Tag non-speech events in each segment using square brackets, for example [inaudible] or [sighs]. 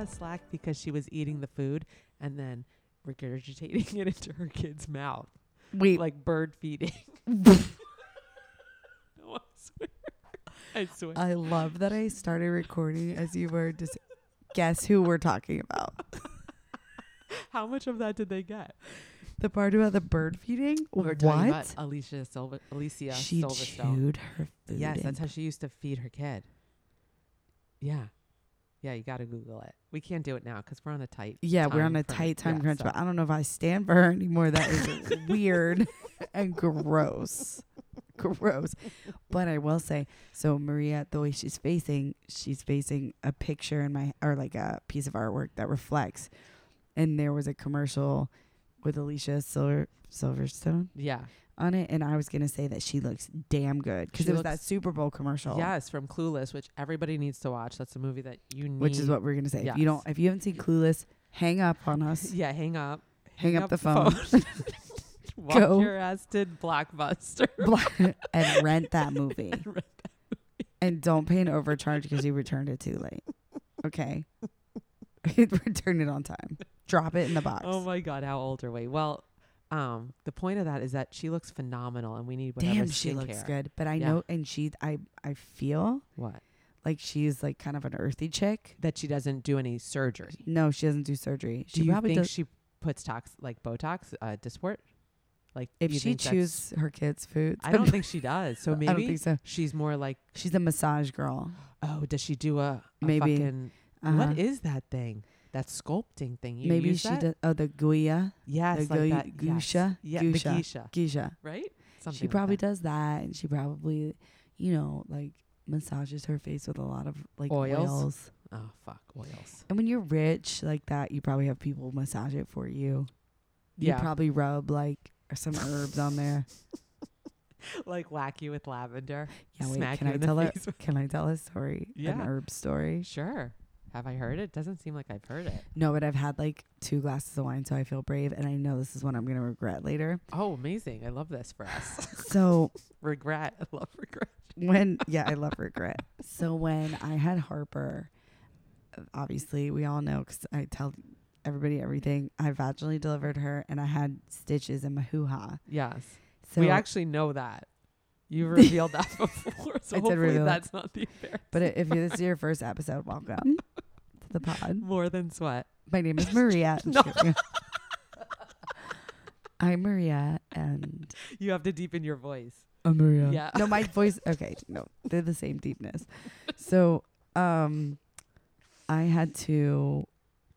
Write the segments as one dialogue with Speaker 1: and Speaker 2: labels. Speaker 1: of slack because she was eating the food and then regurgitating [laughs] it into her kid's mouth,
Speaker 2: Wait,
Speaker 1: like bird feeding. [laughs] no, I swear. I swear.
Speaker 2: I love that I started recording as you were just guess who we're talking about.
Speaker 1: Uh, [laughs] How much of that did they get?
Speaker 2: The part about the bird feeding.
Speaker 1: We were
Speaker 2: what?
Speaker 1: talking about Alicia Silva, Alicia
Speaker 2: she
Speaker 1: Silverstone.
Speaker 2: chewed her food.
Speaker 1: Yes,
Speaker 2: in.
Speaker 1: that's how she used to feed her kid. Yeah. Yeah, you got to Google it. We can't do it now because we're on a tight.
Speaker 2: yeah, we're on
Speaker 1: time
Speaker 2: a
Speaker 1: crunch.
Speaker 2: tight time
Speaker 1: Yeah,
Speaker 2: crunch,
Speaker 1: so-
Speaker 2: but I don't know if I stand for her anymore. That is [laughs] weird and gross. [laughs] Gross. But I will say, so Maria, the way she's facing, she's facing a picture in my or like a piece of artwork that reflects. And there was a commercial with Alicia Silver Silverstone
Speaker 1: Yeah.
Speaker 2: on it, and I was gonna say that she looks damn good because
Speaker 1: She
Speaker 2: it was
Speaker 1: looks-
Speaker 2: that Super Bowl commercial.
Speaker 1: Yes, from Clueless, which everybody needs to watch. That's a movie that you need.
Speaker 2: which is what we're gonna say. If you don't, if you haven't seen Clueless, hang up on us.
Speaker 1: [laughs] Yeah, hang up.
Speaker 2: Hang up the phone.
Speaker 1: [laughs] Walk
Speaker 2: Go.
Speaker 1: your ass to Blockbuster. [laughs]
Speaker 2: Blah, [laughs] and rent that movie.
Speaker 1: And rent
Speaker 2: and don't pay an overcharge because you returned it too late. Okay, [laughs] return it on time. Drop it in the box.
Speaker 1: Oh my God, how old are we? Well, um, the point of that is that she looks phenomenal, and we need whatever
Speaker 2: Damn,
Speaker 1: skincare.
Speaker 2: she looks good. But I
Speaker 1: Yeah.
Speaker 2: know, and she, I, I feel
Speaker 1: What?
Speaker 2: like she's like kind of an earthy chick.
Speaker 1: That she doesn't do any surgery.
Speaker 2: No, she doesn't do surgery. She
Speaker 1: do you
Speaker 2: probably
Speaker 1: think
Speaker 2: does.
Speaker 1: she puts tox like Botox, uh, Dysport? Like
Speaker 2: if
Speaker 1: you
Speaker 2: she
Speaker 1: think that's-
Speaker 2: chews her kids' food, [laughs]
Speaker 1: I [laughs] don't think she does. So maybe
Speaker 2: I don't think so.
Speaker 1: she's more like,
Speaker 2: She's a massage girl.
Speaker 1: oh, does she do a, a
Speaker 2: Maybe.
Speaker 1: fucking
Speaker 2: Uh-huh.
Speaker 1: What is that thing? That sculpting thing. You
Speaker 2: Maybe
Speaker 1: use
Speaker 2: she
Speaker 1: that?
Speaker 2: does. Oh, the Guya,
Speaker 1: Yes,
Speaker 2: the
Speaker 1: like
Speaker 2: gui-
Speaker 1: that.
Speaker 2: geisha?
Speaker 1: Yes. Yeah,
Speaker 2: Geisha.
Speaker 1: the geisha.
Speaker 2: Geisha.
Speaker 1: Right? Something
Speaker 2: she
Speaker 1: like
Speaker 2: probably
Speaker 1: that.
Speaker 2: does that, and she probably, you know, like massages her face with a lot of like
Speaker 1: Oils?
Speaker 2: oils.
Speaker 1: Oh fuck,
Speaker 2: [laughs]
Speaker 1: oils.
Speaker 2: And when you're rich like that, you probably have people massage it for you.
Speaker 1: Yeah,
Speaker 2: You probably rub like some herbs
Speaker 1: [laughs]
Speaker 2: on there.
Speaker 1: like whack you with lavender.
Speaker 2: Yeah, wait,
Speaker 1: smack
Speaker 2: can
Speaker 1: you
Speaker 2: I
Speaker 1: in the
Speaker 2: tell her?
Speaker 1: face [laughs] with-
Speaker 2: Can I tell a story? An
Speaker 1: Yeah.
Speaker 2: herb story.
Speaker 1: Sure. Have I heard it? Doesn't seem like I've heard it.
Speaker 2: No, but I've had like two glasses of wine, so I feel brave, and I know this is one I'm gonna regret later.
Speaker 1: Oh, amazing! I love this for us.
Speaker 2: [laughs] So
Speaker 1: regret. [laughs] I love regret.
Speaker 2: when yeah i love regret so when i had harper obviously we all know because i tell everybody everything i vaginally delivered her and i had stitches in my hoo-ha
Speaker 1: Yes,
Speaker 2: so
Speaker 1: we actually know that. You revealed
Speaker 2: [laughs]
Speaker 1: that before, so
Speaker 2: I did
Speaker 1: hopefully
Speaker 2: reveal it.
Speaker 1: that's not the affair.
Speaker 2: but if this is your first episode
Speaker 1: [laughs]
Speaker 2: welcome to the pod
Speaker 1: More than sweat.
Speaker 2: my name is
Speaker 1: [laughs]
Speaker 2: maria I'm
Speaker 1: No.
Speaker 2: kidding. [laughs] i'm maria and
Speaker 1: You have to deepen your voice.
Speaker 2: i'm maria
Speaker 1: Yeah.
Speaker 2: no
Speaker 1: [laughs]
Speaker 2: my voice okay no they're the same deepness so um i had to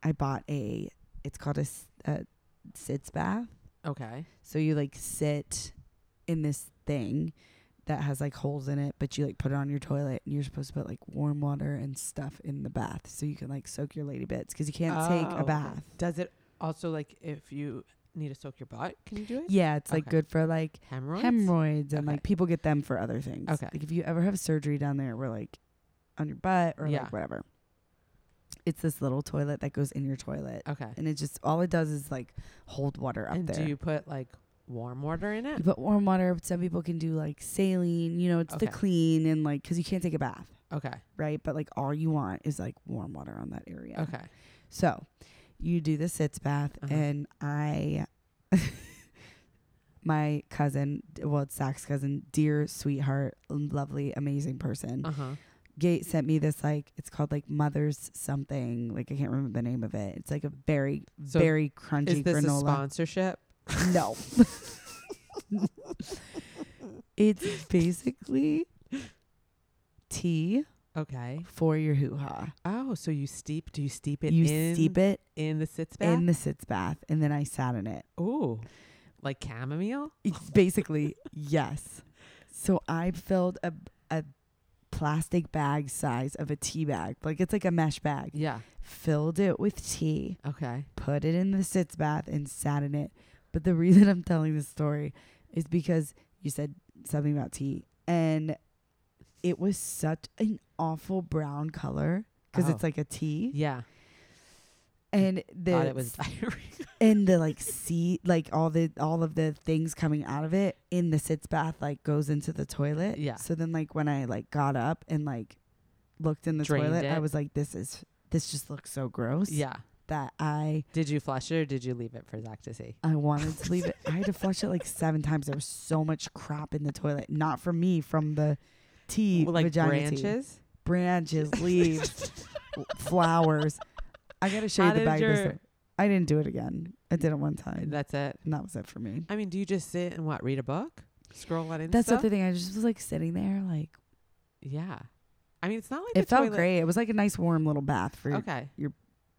Speaker 2: i bought a it's called a, s- a sits bath
Speaker 1: Okay.
Speaker 2: so you like sit in this thing that has like holes in it but you like put it on your toilet and you're supposed to put like warm water and stuff in the bath so you can like soak your lady bits because you can't take
Speaker 1: Oh,
Speaker 2: a
Speaker 1: okay.
Speaker 2: bath
Speaker 1: Does it also like if you need to soak your butt? Can you do it?
Speaker 2: yeah it's like
Speaker 1: Okay.
Speaker 2: good for like
Speaker 1: Hemorrhoids.
Speaker 2: hemorrhoids and
Speaker 1: Okay.
Speaker 2: like people get them for other things.
Speaker 1: Okay.
Speaker 2: Like if you ever have surgery down there where like on your butt or
Speaker 1: Yeah.
Speaker 2: like whatever. It's this little toilet that goes in your toilet.
Speaker 1: Okay.
Speaker 2: And it just all it does is like hold water up
Speaker 1: and
Speaker 2: there.
Speaker 1: do you put like warm water in
Speaker 2: You
Speaker 1: it?
Speaker 2: put warm water, but some people can do like saline, you know, it's to
Speaker 1: Okay.
Speaker 2: clean and like cuz you can't take a bath,
Speaker 1: Okay.
Speaker 2: right? But like all you want is like warm water on that area.
Speaker 1: Okay.
Speaker 2: So, you do the sitz bath
Speaker 1: Uh-huh.
Speaker 2: and I [laughs] my cousin, well, it's Zach's cousin, dear sweetheart, lovely, amazing person.
Speaker 1: Uh huh.
Speaker 2: Gate sent me this like it's called like Mother's something. Like I can't remember the name of it. It's like a very
Speaker 1: So
Speaker 2: very crunchy
Speaker 1: Is this a
Speaker 2: granola.
Speaker 1: sponsorship?
Speaker 2: [laughs] no. [laughs] it's basically tea
Speaker 1: Okay.
Speaker 2: for your hoo ha.
Speaker 1: Oh, so you steep? Do you steep it?
Speaker 2: You
Speaker 1: in,
Speaker 2: steep it
Speaker 1: in the sitz bath.
Speaker 2: in the sitz bath and then I sat in it.
Speaker 1: Ooh, like chamomile.
Speaker 2: It's [laughs] basically yes. So I filled a a plastic bag size of a tea bag. Like it's like a mesh bag.
Speaker 1: Yeah.
Speaker 2: Filled it with tea,
Speaker 1: Okay.
Speaker 2: put it in the sitz bath and sat in it. But the [laughs] reason I'm telling this story is because you said something about tea and it was such an awful brown color because it's
Speaker 1: Oh.
Speaker 2: like a tea
Speaker 1: Yeah.
Speaker 2: and
Speaker 1: Thought
Speaker 2: the
Speaker 1: it was diarrhea.
Speaker 2: and the like sea like all the all of the things coming out of it in the sitz bath like goes into the toilet
Speaker 1: Yeah.
Speaker 2: so then like when i like got up and like looked in the
Speaker 1: Drained
Speaker 2: toilet i
Speaker 1: it.
Speaker 2: was like this is this just looks so gross
Speaker 1: Yeah.
Speaker 2: that I
Speaker 1: Did you flush it or did you leave it for Zach to see?
Speaker 2: I wanted to leave it. I had to flush it like seven times. There was so much crap in the toilet. Not from me, from the tea,
Speaker 1: Well, like
Speaker 2: vagina tea.
Speaker 1: branches?
Speaker 2: branches, leaves, w- flowers. I gotta show
Speaker 1: How
Speaker 2: you the
Speaker 1: did
Speaker 2: bag.
Speaker 1: your-
Speaker 2: this time. I didn't do it again. I did it one time,
Speaker 1: That's it.
Speaker 2: and that was it for me.
Speaker 1: I mean, do you just sit and what, read a book? Scroll on Insta?
Speaker 2: That's not the thing. I just was like sitting there, like
Speaker 1: Yeah. I mean, it's not like
Speaker 2: it
Speaker 1: the
Speaker 2: felt
Speaker 1: toilet-
Speaker 2: great. It was like a nice warm little bath for your
Speaker 1: Okay.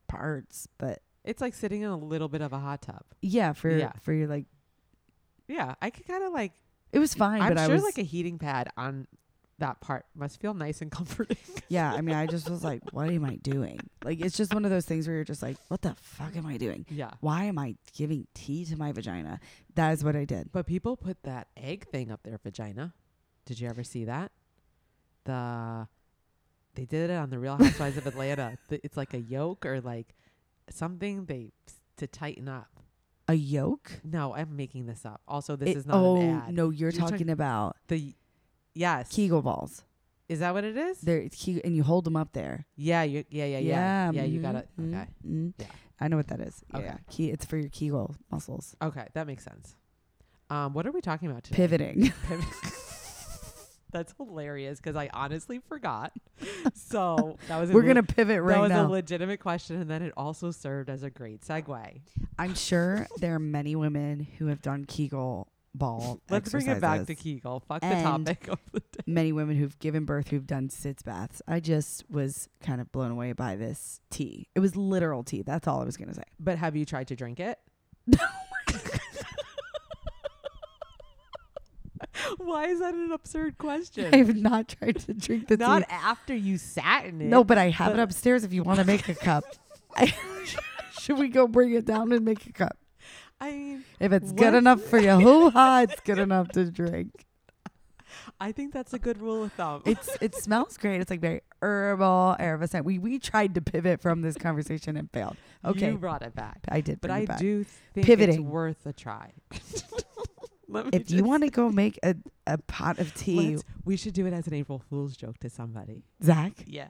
Speaker 2: parts, but
Speaker 1: It's like sitting in a little bit of a hot tub.
Speaker 2: yeah, for
Speaker 1: Yeah.
Speaker 2: for your like,
Speaker 1: Yeah. I could kind of like,
Speaker 2: it was fine.
Speaker 1: I'm
Speaker 2: but I
Speaker 1: sure
Speaker 2: was
Speaker 1: like a heating pad on that part must feel nice and [laughs] comforting.
Speaker 2: yeah.
Speaker 1: [laughs]
Speaker 2: I mean, I just was like, what am I doing? Like, it's just one of those things where you're just like, what the fuck am I doing?
Speaker 1: yeah.
Speaker 2: Why am I giving tea to my vagina? That is what I did.
Speaker 1: But people put that egg thing up their vagina. Did you ever see that? The they did it on the Real Housewives of Atlanta. [laughs] Th- It's like a yolk or like something they to tighten up.
Speaker 2: A yolk.
Speaker 1: No, I'm making this up. Also, this
Speaker 2: It-
Speaker 1: is not
Speaker 2: oh
Speaker 1: an ad.
Speaker 2: no, you're
Speaker 1: You're talking-
Speaker 2: talking about
Speaker 1: The yes,
Speaker 2: Kegel balls.
Speaker 1: is that what it is?
Speaker 2: They're it's Kegel, and you hold them up there.
Speaker 1: yeah, you, yeah, yeah, yeah, yeah. You
Speaker 2: mhm,
Speaker 1: got it.
Speaker 2: mhm,
Speaker 1: Okay,
Speaker 2: mhm.
Speaker 1: Yeah.
Speaker 2: I know what that is. Yeah,
Speaker 1: Okay.
Speaker 2: yeah. Ke- it's for your Kegel muscles.
Speaker 1: okay, that makes sense. Um, what are we talking about today?
Speaker 2: Pivoting.
Speaker 1: [laughs] Pivot. That's hilarious because I honestly forgot. So that was a
Speaker 2: We're
Speaker 1: lit-
Speaker 2: gonna pivot
Speaker 1: that
Speaker 2: right
Speaker 1: was
Speaker 2: now.
Speaker 1: a legitimate question, and then it also served as a great segue.
Speaker 2: [laughs] I'm sure there are many women who have done Kegel ball.
Speaker 1: [laughs] Let's bring it back to
Speaker 2: exercises.
Speaker 1: Kegel. Fuck
Speaker 2: And-
Speaker 1: the topic of the day.
Speaker 2: Many women who've given birth who've done sitz baths. I just was kind of blown away by this tea. It was literal tea. That's all I was gonna say. [laughs] Oh
Speaker 1: But have you tried to drink it? [laughs] Why is that an absurd question?
Speaker 2: [laughs] I have not tried to drink the
Speaker 1: Not
Speaker 2: tea.
Speaker 1: after you sat in it.
Speaker 2: No, but I have it
Speaker 1: but-
Speaker 2: upstairs. If you want to make
Speaker 1: [laughs]
Speaker 2: a cup, [laughs] I, should we go bring it down and make a cup?
Speaker 1: I mean,
Speaker 2: If it's
Speaker 1: What?
Speaker 2: good enough for you, hoo ha, it's good enough to drink.
Speaker 1: I think that's a good rule of thumb.
Speaker 2: It's it smells great. It's like very herbal, herbicide. We we tried to pivot from this conversation and failed. Okay,
Speaker 1: [laughs] You brought it back.
Speaker 2: I did.
Speaker 1: But
Speaker 2: bring it
Speaker 1: I
Speaker 2: back.
Speaker 1: do think it's
Speaker 2: Pivoting.
Speaker 1: worth a try. [laughs] Let me
Speaker 2: If you
Speaker 1: just-
Speaker 2: want to go make a, a pot of tea,
Speaker 1: let's- we should do it as an April Fool's joke to somebody.
Speaker 2: Zach,
Speaker 1: Yeah.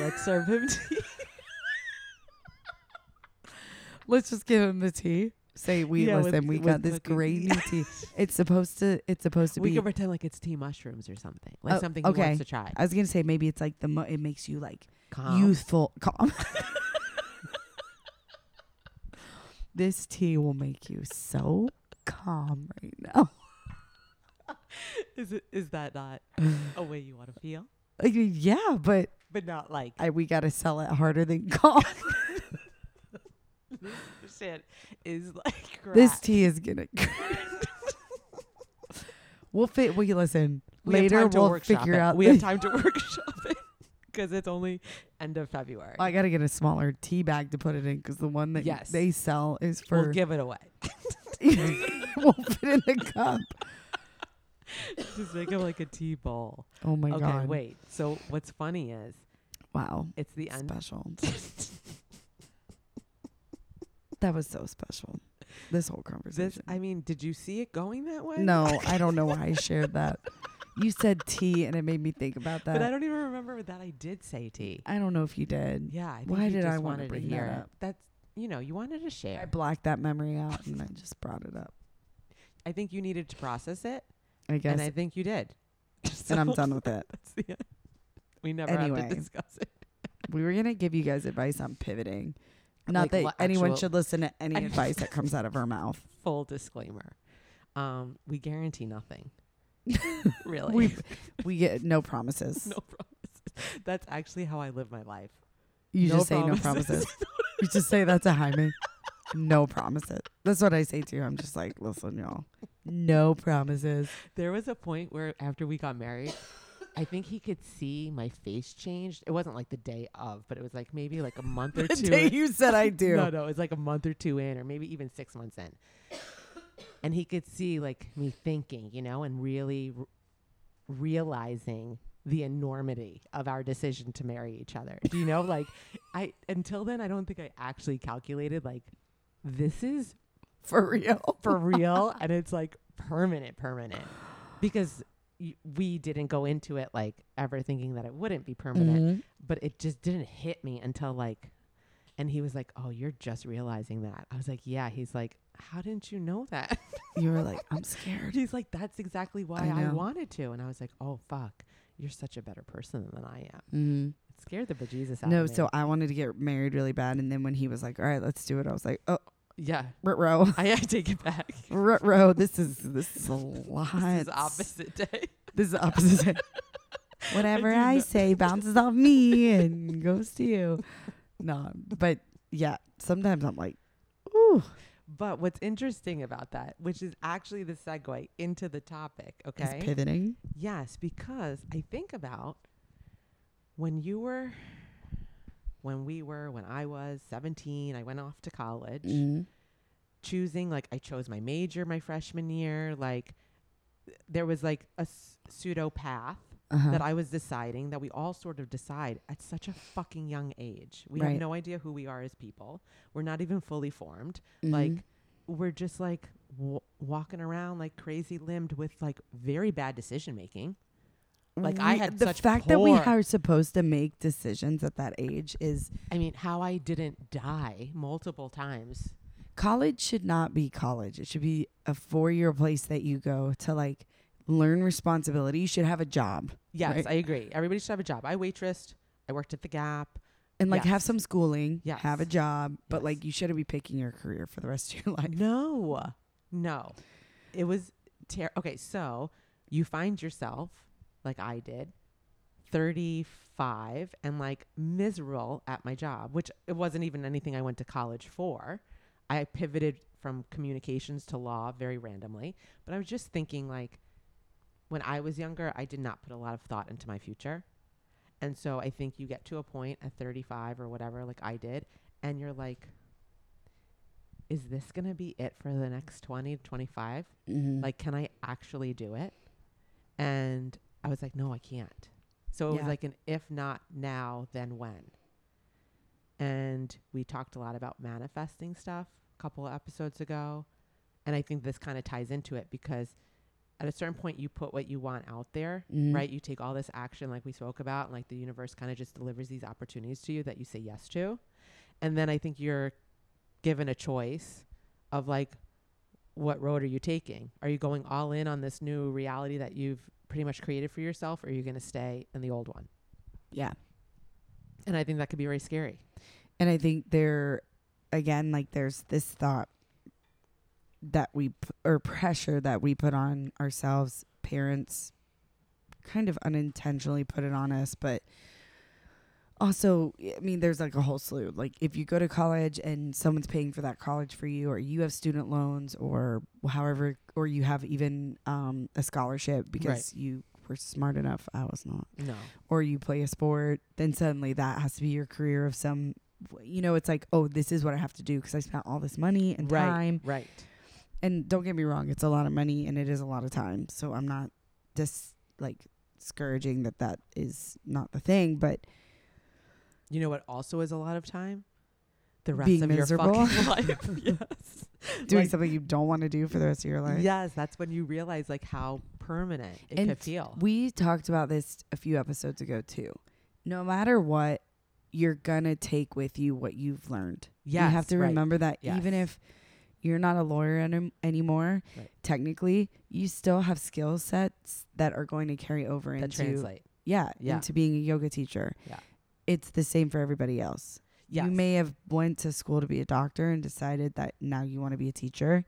Speaker 1: Let's serve
Speaker 2: [laughs]
Speaker 1: him tea.
Speaker 2: let's just give him the tea. Say we
Speaker 1: Yeah, with-
Speaker 2: listen. we
Speaker 1: with
Speaker 2: got this
Speaker 1: cooking.
Speaker 2: great new tea.
Speaker 1: [laughs]
Speaker 2: It's supposed to. It's supposed to
Speaker 1: we
Speaker 2: be.
Speaker 1: can pretend like it's tea mushrooms or something. Like
Speaker 2: Oh,
Speaker 1: something he
Speaker 2: okay.
Speaker 1: wants to try.
Speaker 2: I was gonna say maybe it's like the mo- it makes you like
Speaker 1: Calm.
Speaker 2: youthful calm. [laughs] this tea will make you so calm right now. [laughs]
Speaker 1: is it is that
Speaker 2: [sighs]
Speaker 1: not a way you want to feel?
Speaker 2: Like, yeah, but
Speaker 1: But not like
Speaker 2: I, we gotta sell it harder than [laughs] calm.
Speaker 1: shit is [laughs] like crap.
Speaker 2: this tea is gonna. [laughs] we'll fit. Will you listen?
Speaker 1: We have
Speaker 2: Later,
Speaker 1: time to
Speaker 2: we'll
Speaker 1: workshop
Speaker 2: figure
Speaker 1: it.
Speaker 2: out.
Speaker 1: We
Speaker 2: [laughs]
Speaker 1: have time to workshop it because it's only end of February.
Speaker 2: I gotta get a smaller tea bag to put it in because the one that
Speaker 1: Yes.
Speaker 2: they sell is for
Speaker 1: we'll give it away. [laughs]
Speaker 2: [laughs] won't fit in the cup.
Speaker 1: Just make it like a tea bowl.
Speaker 2: Oh my
Speaker 1: okay,
Speaker 2: god!
Speaker 1: wait. So what's funny is
Speaker 2: Wow.
Speaker 1: it's the end. [laughs]
Speaker 2: special. that was so special. This whole
Speaker 1: This,
Speaker 2: conversation.
Speaker 1: I mean, did you see it going that way? [laughs]
Speaker 2: no, I don't know why I shared that. You said tea, and it made me think about that.
Speaker 1: but I don't even remember that I did say tea.
Speaker 2: I don't know if you did.
Speaker 1: Yeah. I think
Speaker 2: Why
Speaker 1: you
Speaker 2: did
Speaker 1: just
Speaker 2: I wanna
Speaker 1: wanted
Speaker 2: bring
Speaker 1: to
Speaker 2: that
Speaker 1: hear
Speaker 2: up?
Speaker 1: It. That's you know you wanted to share.
Speaker 2: I blacked that memory out, and I just brought it up.
Speaker 1: I think you needed to process it,
Speaker 2: I guess,
Speaker 1: and
Speaker 2: and,
Speaker 1: I think you did.
Speaker 2: I'm
Speaker 1: So
Speaker 2: done with it.
Speaker 1: [laughs] That's the end. We never have
Speaker 2: Anyway.
Speaker 1: to discuss it.
Speaker 2: We were gonna give you guys advice on pivoting. Not
Speaker 1: Like
Speaker 2: that
Speaker 1: what
Speaker 2: anyone
Speaker 1: actual-
Speaker 2: should listen to any
Speaker 1: [laughs] I-
Speaker 2: advice that comes out of
Speaker 1: [laughs]
Speaker 2: her mouth.
Speaker 1: Full disclaimer: um, we guarantee
Speaker 2: [laughs]
Speaker 1: nothing. really,
Speaker 2: We we get no
Speaker 1: [laughs]
Speaker 2: promises.
Speaker 1: no promises. That's actually how I live my life.
Speaker 2: You
Speaker 1: No
Speaker 2: just say no
Speaker 1: promises.
Speaker 2: promises.
Speaker 1: [laughs]
Speaker 2: you just say that to Jaime. No promises. That's what I say to you. I'm just like, listen, y'all.
Speaker 1: [laughs]
Speaker 2: No promises.
Speaker 1: There was a point where after we got married, I think he could see my face changed. It wasn't like the day of, but it was like maybe like a month or
Speaker 2: [laughs] The
Speaker 1: two.
Speaker 2: day
Speaker 1: in-
Speaker 2: you said I do.
Speaker 1: No, no, it's like a month or two in, or maybe even six months in. [coughs] And he could see like me thinking, you know, and really r- realizing the enormity of our decision to marry each other. Do you know? Like, [laughs] I until then, I don't think I actually calculated like this is
Speaker 2: For real.
Speaker 1: [laughs]
Speaker 2: [laughs]
Speaker 1: for real and it's like permanent, permanent because y- we didn't go into it like ever thinking that it wouldn't be
Speaker 2: Mm-hmm.
Speaker 1: permanent, but it just didn't hit me until like, and he was like, "Oh, you're just realizing that." I was like, "Yeah." He's like, "How didn't you know that?" [laughs]
Speaker 2: You were like, I'm scared.
Speaker 1: He's like, "That's exactly why
Speaker 2: I
Speaker 1: I,
Speaker 2: know.
Speaker 1: wanted to," and I was like, "Oh fuck, you're such a better person than I am."
Speaker 2: Mm.
Speaker 1: It scared the bejesus out
Speaker 2: No,
Speaker 1: of me.
Speaker 2: so I wanted to get married really bad, and then when he was like, "All right, let's do it," I was like, "Oh,
Speaker 1: yeah, [laughs]
Speaker 2: row, [laughs]
Speaker 1: I, I take it back. [laughs]
Speaker 2: row, this is this is a
Speaker 1: This
Speaker 2: lot.
Speaker 1: is opposite day. [laughs]
Speaker 2: This is opposite. Whatever
Speaker 1: do
Speaker 2: I,
Speaker 1: know-
Speaker 2: say bounces off me and goes to you. No, but yeah, sometimes I'm like, ooh,
Speaker 1: But what's interesting about that, which is actually the segue into the topic, okay?
Speaker 2: it's pivoting.
Speaker 1: Yes, because I think about when you were, when we were, when I was 17, I went off to college,
Speaker 2: Mm.
Speaker 1: choosing, like, I chose my major my freshman year. Like, th- there was like a s- pseudo path
Speaker 2: Uh-huh.
Speaker 1: that I was deciding that we all sort of decide at such a fucking young age. We
Speaker 2: Right.
Speaker 1: have no idea who we are as people, we're not even fully formed
Speaker 2: Mhm.
Speaker 1: like we're just like w- walking around like crazy limbed with like very bad decision making like, I
Speaker 2: We-
Speaker 1: had
Speaker 2: the
Speaker 1: such
Speaker 2: fact that we
Speaker 1: poor-
Speaker 2: are supposed to make decisions at that age is
Speaker 1: i mean how i didn't die multiple times
Speaker 2: college should not be college. It should be a four year place that you go to like learn responsibility. You should have a job
Speaker 1: yes
Speaker 2: Right.
Speaker 1: i agree everybody should have a job i waitressed i worked at the gap
Speaker 2: and like have
Speaker 1: Yes.
Speaker 2: some schooling,
Speaker 1: Yes.
Speaker 2: have a job, but
Speaker 1: Yes.
Speaker 2: like you shouldn't be picking your career for the rest of your [laughs] life.
Speaker 1: no no it was ter- okay so you find yourself like i did 35 and like miserable at my job which it wasn't even anything i went to college for I pivoted from communications to law very randomly, but I was just thinking like when I was younger, I did not put a lot of thought into my future. And so I think you get to a point at 35 or whatever, like I did, and you're like, is this going to be it for the next 20 to 25?
Speaker 2: Mhm.
Speaker 1: Like, can I actually do it? And I was like, no, I can't. So it
Speaker 2: Yeah.
Speaker 1: was like an if not now, then when. And we talked a lot about manifesting stuff a couple of episodes ago. And I think this kind of ties into it because at a certain point, you put what you want out there,
Speaker 2: Mhm.
Speaker 1: right? You take all this action, like we spoke about, and like the universe kind of just delivers these opportunities to you that you say yes to. And then I think you're given a choice of like, what road are you taking? Are you going all in on this new reality that you've pretty much created for yourself, or are you going to stay in the old one?
Speaker 2: Yeah.
Speaker 1: And I think that could be very scary.
Speaker 2: And I think there, again, like there's this thought that we, p- or pressure that we put on ourselves, parents kind of unintentionally put it on us, but also, I mean, there's like a whole slew. Like if you go to college and someone's paying for that college for you, or you have student loans, or however, or you have even um, a scholarship because you were smart enough. I was not
Speaker 1: No.
Speaker 2: or you play a sport, then suddenly that has to be your career of some, you know, it's like, oh, this is what I have to do because I spent all this money and
Speaker 1: right.
Speaker 2: time.
Speaker 1: Right.
Speaker 2: And don't get me wrong, it's a lot of money and it is a lot of time. So I'm not just like discouraging that that is not the thing, but
Speaker 1: You know what also is a lot of time? The rest
Speaker 2: Being
Speaker 1: of
Speaker 2: miserable.
Speaker 1: your fucking [laughs] life. yes.
Speaker 2: doing
Speaker 1: Like-
Speaker 2: something you don't want to do for the rest of your life.
Speaker 1: Yes, that's when you realize like how permanent it
Speaker 2: And
Speaker 1: could feel.
Speaker 2: We talked about this a few episodes ago too. No matter what, you're going to take with you what you've learned.
Speaker 1: yes,
Speaker 2: you have to
Speaker 1: right.
Speaker 2: remember that even
Speaker 1: Yes.
Speaker 2: if you're not a lawyer any- anymore,
Speaker 1: Right.
Speaker 2: technically, you still have skill sets that are going to carry over
Speaker 1: that
Speaker 2: into
Speaker 1: translate.
Speaker 2: yeah,
Speaker 1: Yeah.
Speaker 2: into being a yoga teacher.
Speaker 1: Yeah.
Speaker 2: It's the same for everybody else.
Speaker 1: Yes.
Speaker 2: You may have went to school to be a doctor and decided that now you want to be a teacher.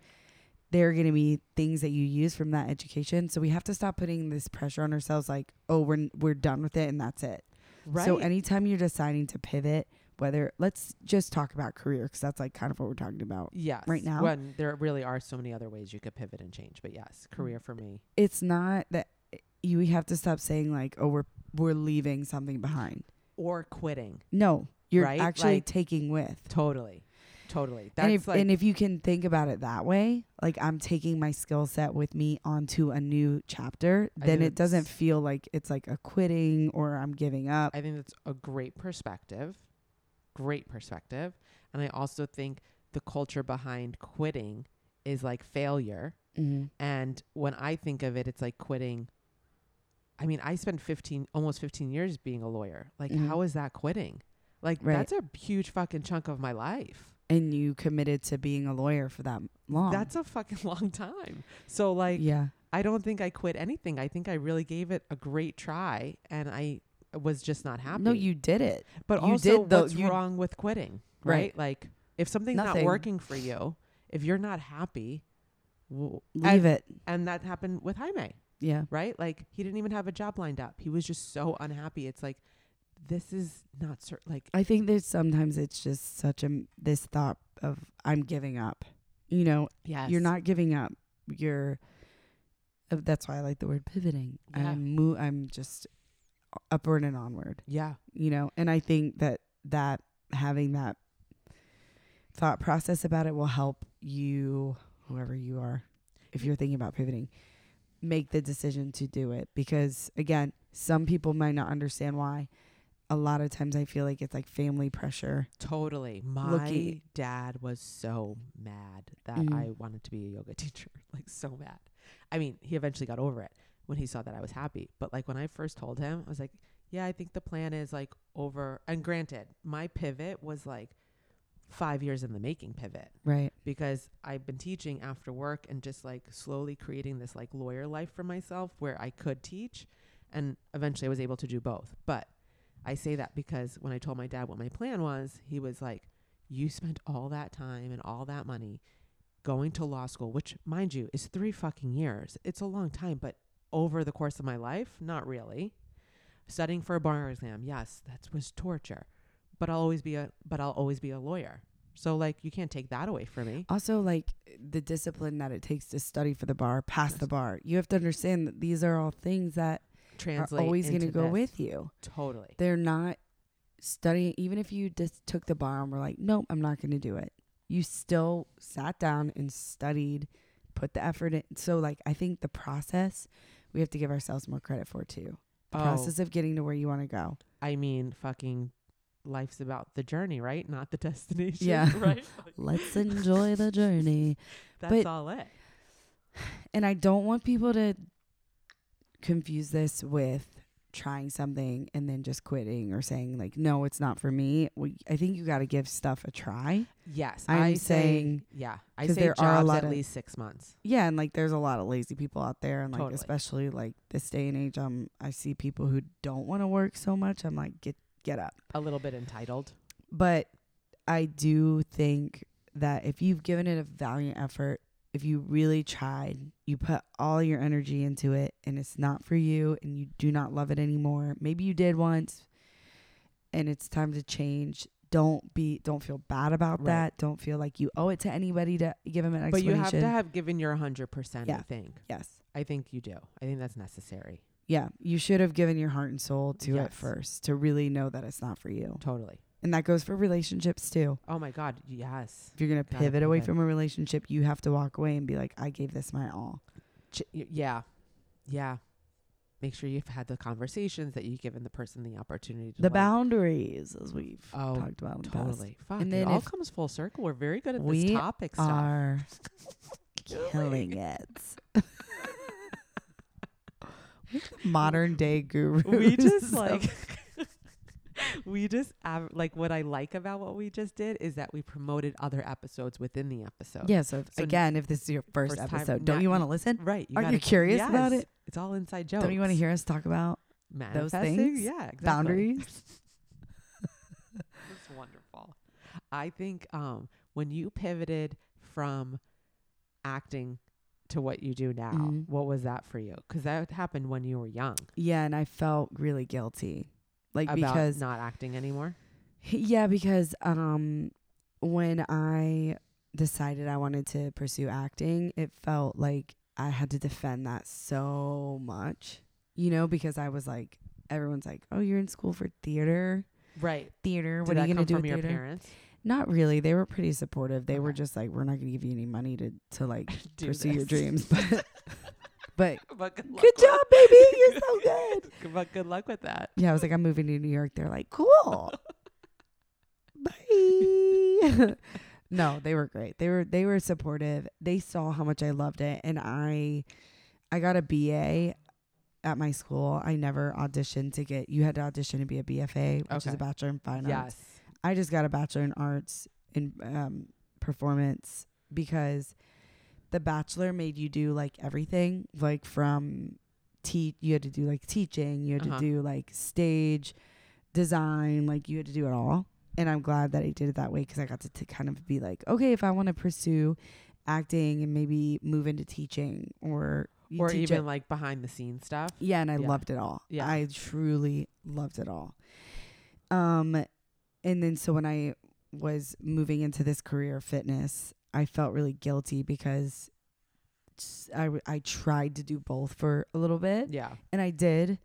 Speaker 2: There are going to be things that you use from that education. So we have to stop putting this pressure on ourselves like, "Oh, we're n- we're done with it and that's it."
Speaker 1: right.
Speaker 2: So anytime you're deciding to pivot, whether let's just talk about career because that's like kind of what we're talking about.
Speaker 1: yes.
Speaker 2: now-
Speaker 1: When there really are so many other ways you could pivot and change. But yes, career for me.
Speaker 2: It's not that eh, you have to stop saying like, oh, we're we're leaving something behind.
Speaker 1: Or quitting.
Speaker 2: No, you're
Speaker 1: Right?
Speaker 2: actually
Speaker 1: Like-
Speaker 2: taking with.
Speaker 1: Totally. Totally. That's
Speaker 2: And if,
Speaker 1: like
Speaker 2: and if you can think about it that way, like I'm taking my skill set with me onto a new chapter,
Speaker 1: I
Speaker 2: then
Speaker 1: think
Speaker 2: it doesn't
Speaker 1: it's-
Speaker 2: feel like it's like a quitting or I'm giving up.
Speaker 1: I think that's a great perspective. Great perspective. And I also think the culture behind quitting is like failure.
Speaker 2: mm-hmm.
Speaker 1: And when I think of it, it's like quitting I mean, I spent 15, almost 15 years being a lawyer. Like,
Speaker 2: Mhm.
Speaker 1: how is that quitting? Like,
Speaker 2: Right.
Speaker 1: that's a huge fucking chunk of my life.
Speaker 2: and you committed to being a lawyer for that long.
Speaker 1: That's a fucking [laughs] long time. So, like,
Speaker 2: yeah,
Speaker 1: I don't think I quit anything. I think I really gave it a great try and I uh, was just not happy.
Speaker 2: no, you did it.
Speaker 1: But
Speaker 2: you
Speaker 1: also,
Speaker 2: did the-
Speaker 1: what's
Speaker 2: you-
Speaker 1: wrong with quitting? Right?
Speaker 2: Right.
Speaker 1: Like, if something's not
Speaker 2: Nothing.
Speaker 1: working for you, if you're not happy, w-
Speaker 2: Leave
Speaker 1: and,
Speaker 2: it.
Speaker 1: And that happened with Jaime,
Speaker 2: Yeah,
Speaker 1: right? Like, he didn't even have a job lined up. He was just so unhappy. It's like, this is not cer Like,
Speaker 2: I think that sometimes it's just such a m- this thought of I'm giving up. You know,
Speaker 1: yes.
Speaker 2: you're not giving up. You're. uh, That's why I like the word pivoting.
Speaker 1: Yeah.
Speaker 2: I'm mo- I'm just upward and onward.
Speaker 1: Yeah.
Speaker 2: You know, and I think that that having that thought process about it will help you, whoever you are, if you're thinking about pivoting, make the decision to do it. Because again, some people might not understand why. A lot of times, I feel like it's like family pressure.
Speaker 1: Totally. My
Speaker 2: Looky.
Speaker 1: dad was so mad that
Speaker 2: Mhm.
Speaker 1: I wanted to be a yoga [laughs] teacher. Like so mad. I mean, he eventually got over it when he saw that I was happy. But like when I first told him, I was like, "Yeah, I think the plan is like over." And granted, my pivot was like 5 years in the making pivot
Speaker 2: Right.
Speaker 1: because I've been teaching after work and just like slowly creating this like lawyer life for myself where I could teach and eventually I was able to do both. But I say that because when I told my dad what my plan was, he was like, You spent all that time and all that money going to law school, which mind you is three fucking years. It's a long time, but over the course of my life, not really. Studying for a bar exam, yes, that was torture. But I'll always be a but I'll always be a lawyer. So like you can't take that away from me.
Speaker 2: Also, like the discipline that it takes to study for the bar, pass the bar. You have to understand that these are all things that
Speaker 1: translate
Speaker 2: are always going to
Speaker 1: into
Speaker 2: go
Speaker 1: this.
Speaker 2: with you.
Speaker 1: totally
Speaker 2: They're not studying. Even if you just took the bar and were like, "Nope, I'm not going to do it," you still sat down and studied, put the effort in. So, like, I think the process we have to give ourselves more credit for too. The
Speaker 1: Oh.
Speaker 2: process of getting to where you want to go.
Speaker 1: i mean fucking life's about the journey right not the [laughs] destination
Speaker 2: Yeah. [laughs]
Speaker 1: right Like,
Speaker 2: Let's enjoy the journey.
Speaker 1: that's
Speaker 2: But-
Speaker 1: all it
Speaker 2: and I don't want people to confuse this with trying something and then just quitting or saying like no it's not for me we, i think you got to give stuff a try
Speaker 1: yes
Speaker 2: I'm
Speaker 1: I say-
Speaker 2: saying-
Speaker 1: yeah i
Speaker 2: 'cause
Speaker 1: say
Speaker 2: there
Speaker 1: jobs
Speaker 2: are a lot
Speaker 1: at
Speaker 2: of-
Speaker 1: least six months
Speaker 2: yeah and like there's a lot of lazy people out there and like
Speaker 1: Totally.
Speaker 2: especially like this day and age um i see people who don't want to work so much i'm like get get up
Speaker 1: a little bit entitled
Speaker 2: but I do think that if you've given it a valiant effort, if you really tried, you put all your energy into it and it's not for you and you do not love it anymore. Maybe you did once and it's time to change. Don't be don't feel bad about
Speaker 1: Right.
Speaker 2: that. Don't feel like you owe it to anybody to give them an
Speaker 1: but you
Speaker 2: explanation.
Speaker 1: have to have given your 100% i
Speaker 2: Yeah.
Speaker 1: think
Speaker 2: yes.
Speaker 1: i think you do i think that's necessary
Speaker 2: Yeah, you should have given your heart and soul to
Speaker 1: Yes.
Speaker 2: it first to really know that it's not for you.
Speaker 1: totally
Speaker 2: And that goes for relationships too.
Speaker 1: oh my god yes
Speaker 2: if you're gonna
Speaker 1: Gotta
Speaker 2: pivot, away
Speaker 1: pivot.
Speaker 2: from a relationship, you have to walk away and be like, I gave this my all.
Speaker 1: Ch- y- yeah yeah make sure you've had the conversations that you've given the person the opportunity to
Speaker 2: The
Speaker 1: like,
Speaker 2: boundaries, as we've
Speaker 1: Oh,
Speaker 2: talked about in the past,
Speaker 1: Totally. Fuck.
Speaker 2: And
Speaker 1: it
Speaker 2: then
Speaker 1: all
Speaker 2: if
Speaker 1: comes full circle. We're very good at this
Speaker 2: we
Speaker 1: topic stuff. [laughs]
Speaker 2: are killing it. We're the modern day gurus. [laughs]
Speaker 1: We just
Speaker 2: of-
Speaker 1: like [laughs] we just av- like what I like about what we just did is that we promoted other episodes within the episode.
Speaker 2: yeah. So, if-
Speaker 1: So n-
Speaker 2: again, if this is your first,
Speaker 1: first time,
Speaker 2: episode, don't
Speaker 1: not-
Speaker 2: you want to listen?
Speaker 1: Right.
Speaker 2: Aren't
Speaker 1: gotta-
Speaker 2: you curious about
Speaker 1: Yes.
Speaker 2: it?
Speaker 1: It's all inside jokes.
Speaker 2: Don't you want to hear us talk about those
Speaker 1: Manifesting?
Speaker 2: things?
Speaker 1: Yeah. Exactly.
Speaker 2: boundaries?
Speaker 1: That's wonderful. I think um, when you pivoted from acting to what you do now,
Speaker 2: Mhm.
Speaker 1: what was that for you? Because that happened when you were young.
Speaker 2: Yeah, and I felt really guilty, like
Speaker 1: about
Speaker 2: because
Speaker 1: not acting anymore.
Speaker 2: Yeah, because um when I decided I wanted to pursue acting, it felt like I had to defend that so much. You know, because I was like everyone's like, "Oh, you're in school for theater."
Speaker 1: Right.
Speaker 2: Theater.
Speaker 1: Did
Speaker 2: what are you
Speaker 1: that
Speaker 2: going to
Speaker 1: come from
Speaker 2: do with
Speaker 1: your
Speaker 2: theater?
Speaker 1: parents? [laughs]
Speaker 2: Not really. They were pretty supportive. They were
Speaker 1: Okay.
Speaker 2: just like, "We're not going to give you any money to
Speaker 1: [laughs]
Speaker 2: to like
Speaker 1: Do
Speaker 2: pursue your
Speaker 1: this.
Speaker 2: dreams." But but
Speaker 1: But good, luck
Speaker 2: good
Speaker 1: with-
Speaker 2: job, baby. You're so
Speaker 1: [laughs]
Speaker 2: good.
Speaker 1: But good luck with that.
Speaker 2: Yeah, I was like, I'm moving to New York. They're like,
Speaker 1: [laughs]
Speaker 2: cool. Bye. [laughs] no, they were great. They were they were supportive. They saw how much I loved it, and I, I got a BA at my school, I never auditioned to get. You had to audition to be a BFA, which is
Speaker 1: Okay.
Speaker 2: a bachelor in fine arts.
Speaker 1: Yes.
Speaker 2: I just got a bachelor in arts in um, performance because the bachelor made you do like everything, like from teach. You had to do like teaching. You had
Speaker 1: Uh-huh.
Speaker 2: to do like stage design. Like you had to do it all. And I'm glad that I did it that way because I got to, to kind of be like, okay, if I want to pursue acting and maybe move into teaching or you
Speaker 1: Or
Speaker 2: teach
Speaker 1: even
Speaker 2: at-
Speaker 1: like behind the scenes stuff.
Speaker 2: yeah, and I
Speaker 1: Yeah.
Speaker 2: loved it all.
Speaker 1: Yeah.
Speaker 2: I truly loved it all. Um and then so when I was moving into this career of fitness, I felt really guilty because s- I w- I tried to do both for a little bit
Speaker 1: Yeah.
Speaker 2: and I did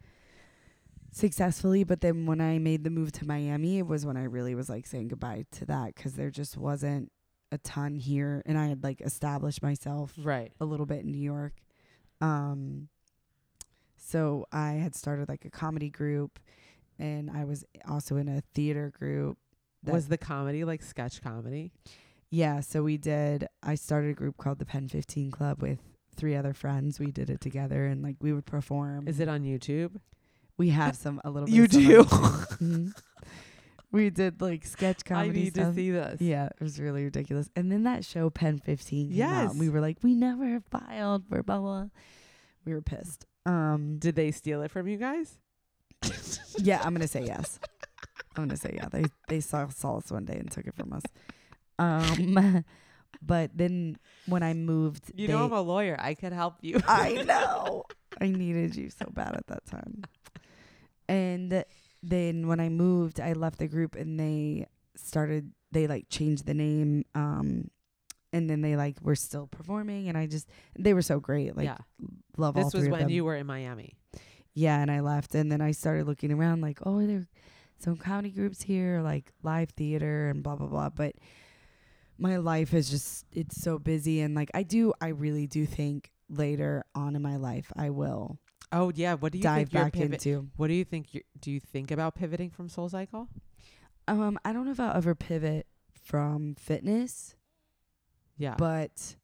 Speaker 2: successfully, but then when I made the move to Miami, it was when I really was like saying goodbye to that cuz there just wasn't a ton here and I had like established myself
Speaker 1: Right.
Speaker 2: a little bit in New York. Um, so I had started like a comedy group, and I was also in a theater group. That-
Speaker 1: Was the comedy like sketch comedy?
Speaker 2: Yeah, so we did. I started a group called the Pen Fifteen Club with three other friends. We did it together, and like we would perform.
Speaker 1: Is it on YouTube?
Speaker 2: we have Mm-hmm. some a little. Bit
Speaker 1: You
Speaker 2: of stuff
Speaker 1: do. [laughs]
Speaker 2: [laughs] on- Mhm. we did like sketch comedy.
Speaker 1: I need
Speaker 2: stuff.
Speaker 1: to see this.
Speaker 2: Yeah, it was really ridiculous. And then that show Pen 15 came out, and
Speaker 1: Yes.
Speaker 2: we were like, we never filed for blah blah. We were pissed. Um
Speaker 1: Did they steal it from you guys?
Speaker 2: yeah, I'm gonna say yes. I'm gonna say yeah. They they saw, saw us one day and took it from us. Um [laughs] but then when I moved
Speaker 1: [laughs] You
Speaker 2: they,
Speaker 1: know I'm a lawyer. I could help you.
Speaker 2: [laughs] I know. [laughs] I needed you so bad at that time. And then when I moved, I left the group and they started they like changed the name um and then they like were still performing and I just they were so great.
Speaker 1: [laughs]
Speaker 2: Like
Speaker 1: yeah.
Speaker 2: love all
Speaker 1: This
Speaker 2: three
Speaker 1: was
Speaker 2: of
Speaker 1: when
Speaker 2: them.
Speaker 1: you were in Miami.
Speaker 2: yeah, and I left and then I started looking around like, oh, there are some comedy groups here, like live theater and blah blah blah, but my life is just it's so busy and like I do I really do think later on in my life I will
Speaker 1: Oh yeah. What do you
Speaker 2: dive
Speaker 1: think your
Speaker 2: back
Speaker 1: pivot?
Speaker 2: into.
Speaker 1: What do you think? you do you think about pivoting from Soul Cycle?
Speaker 2: Um I don't know if I'll ever pivot from fitness,
Speaker 1: Yeah.
Speaker 2: but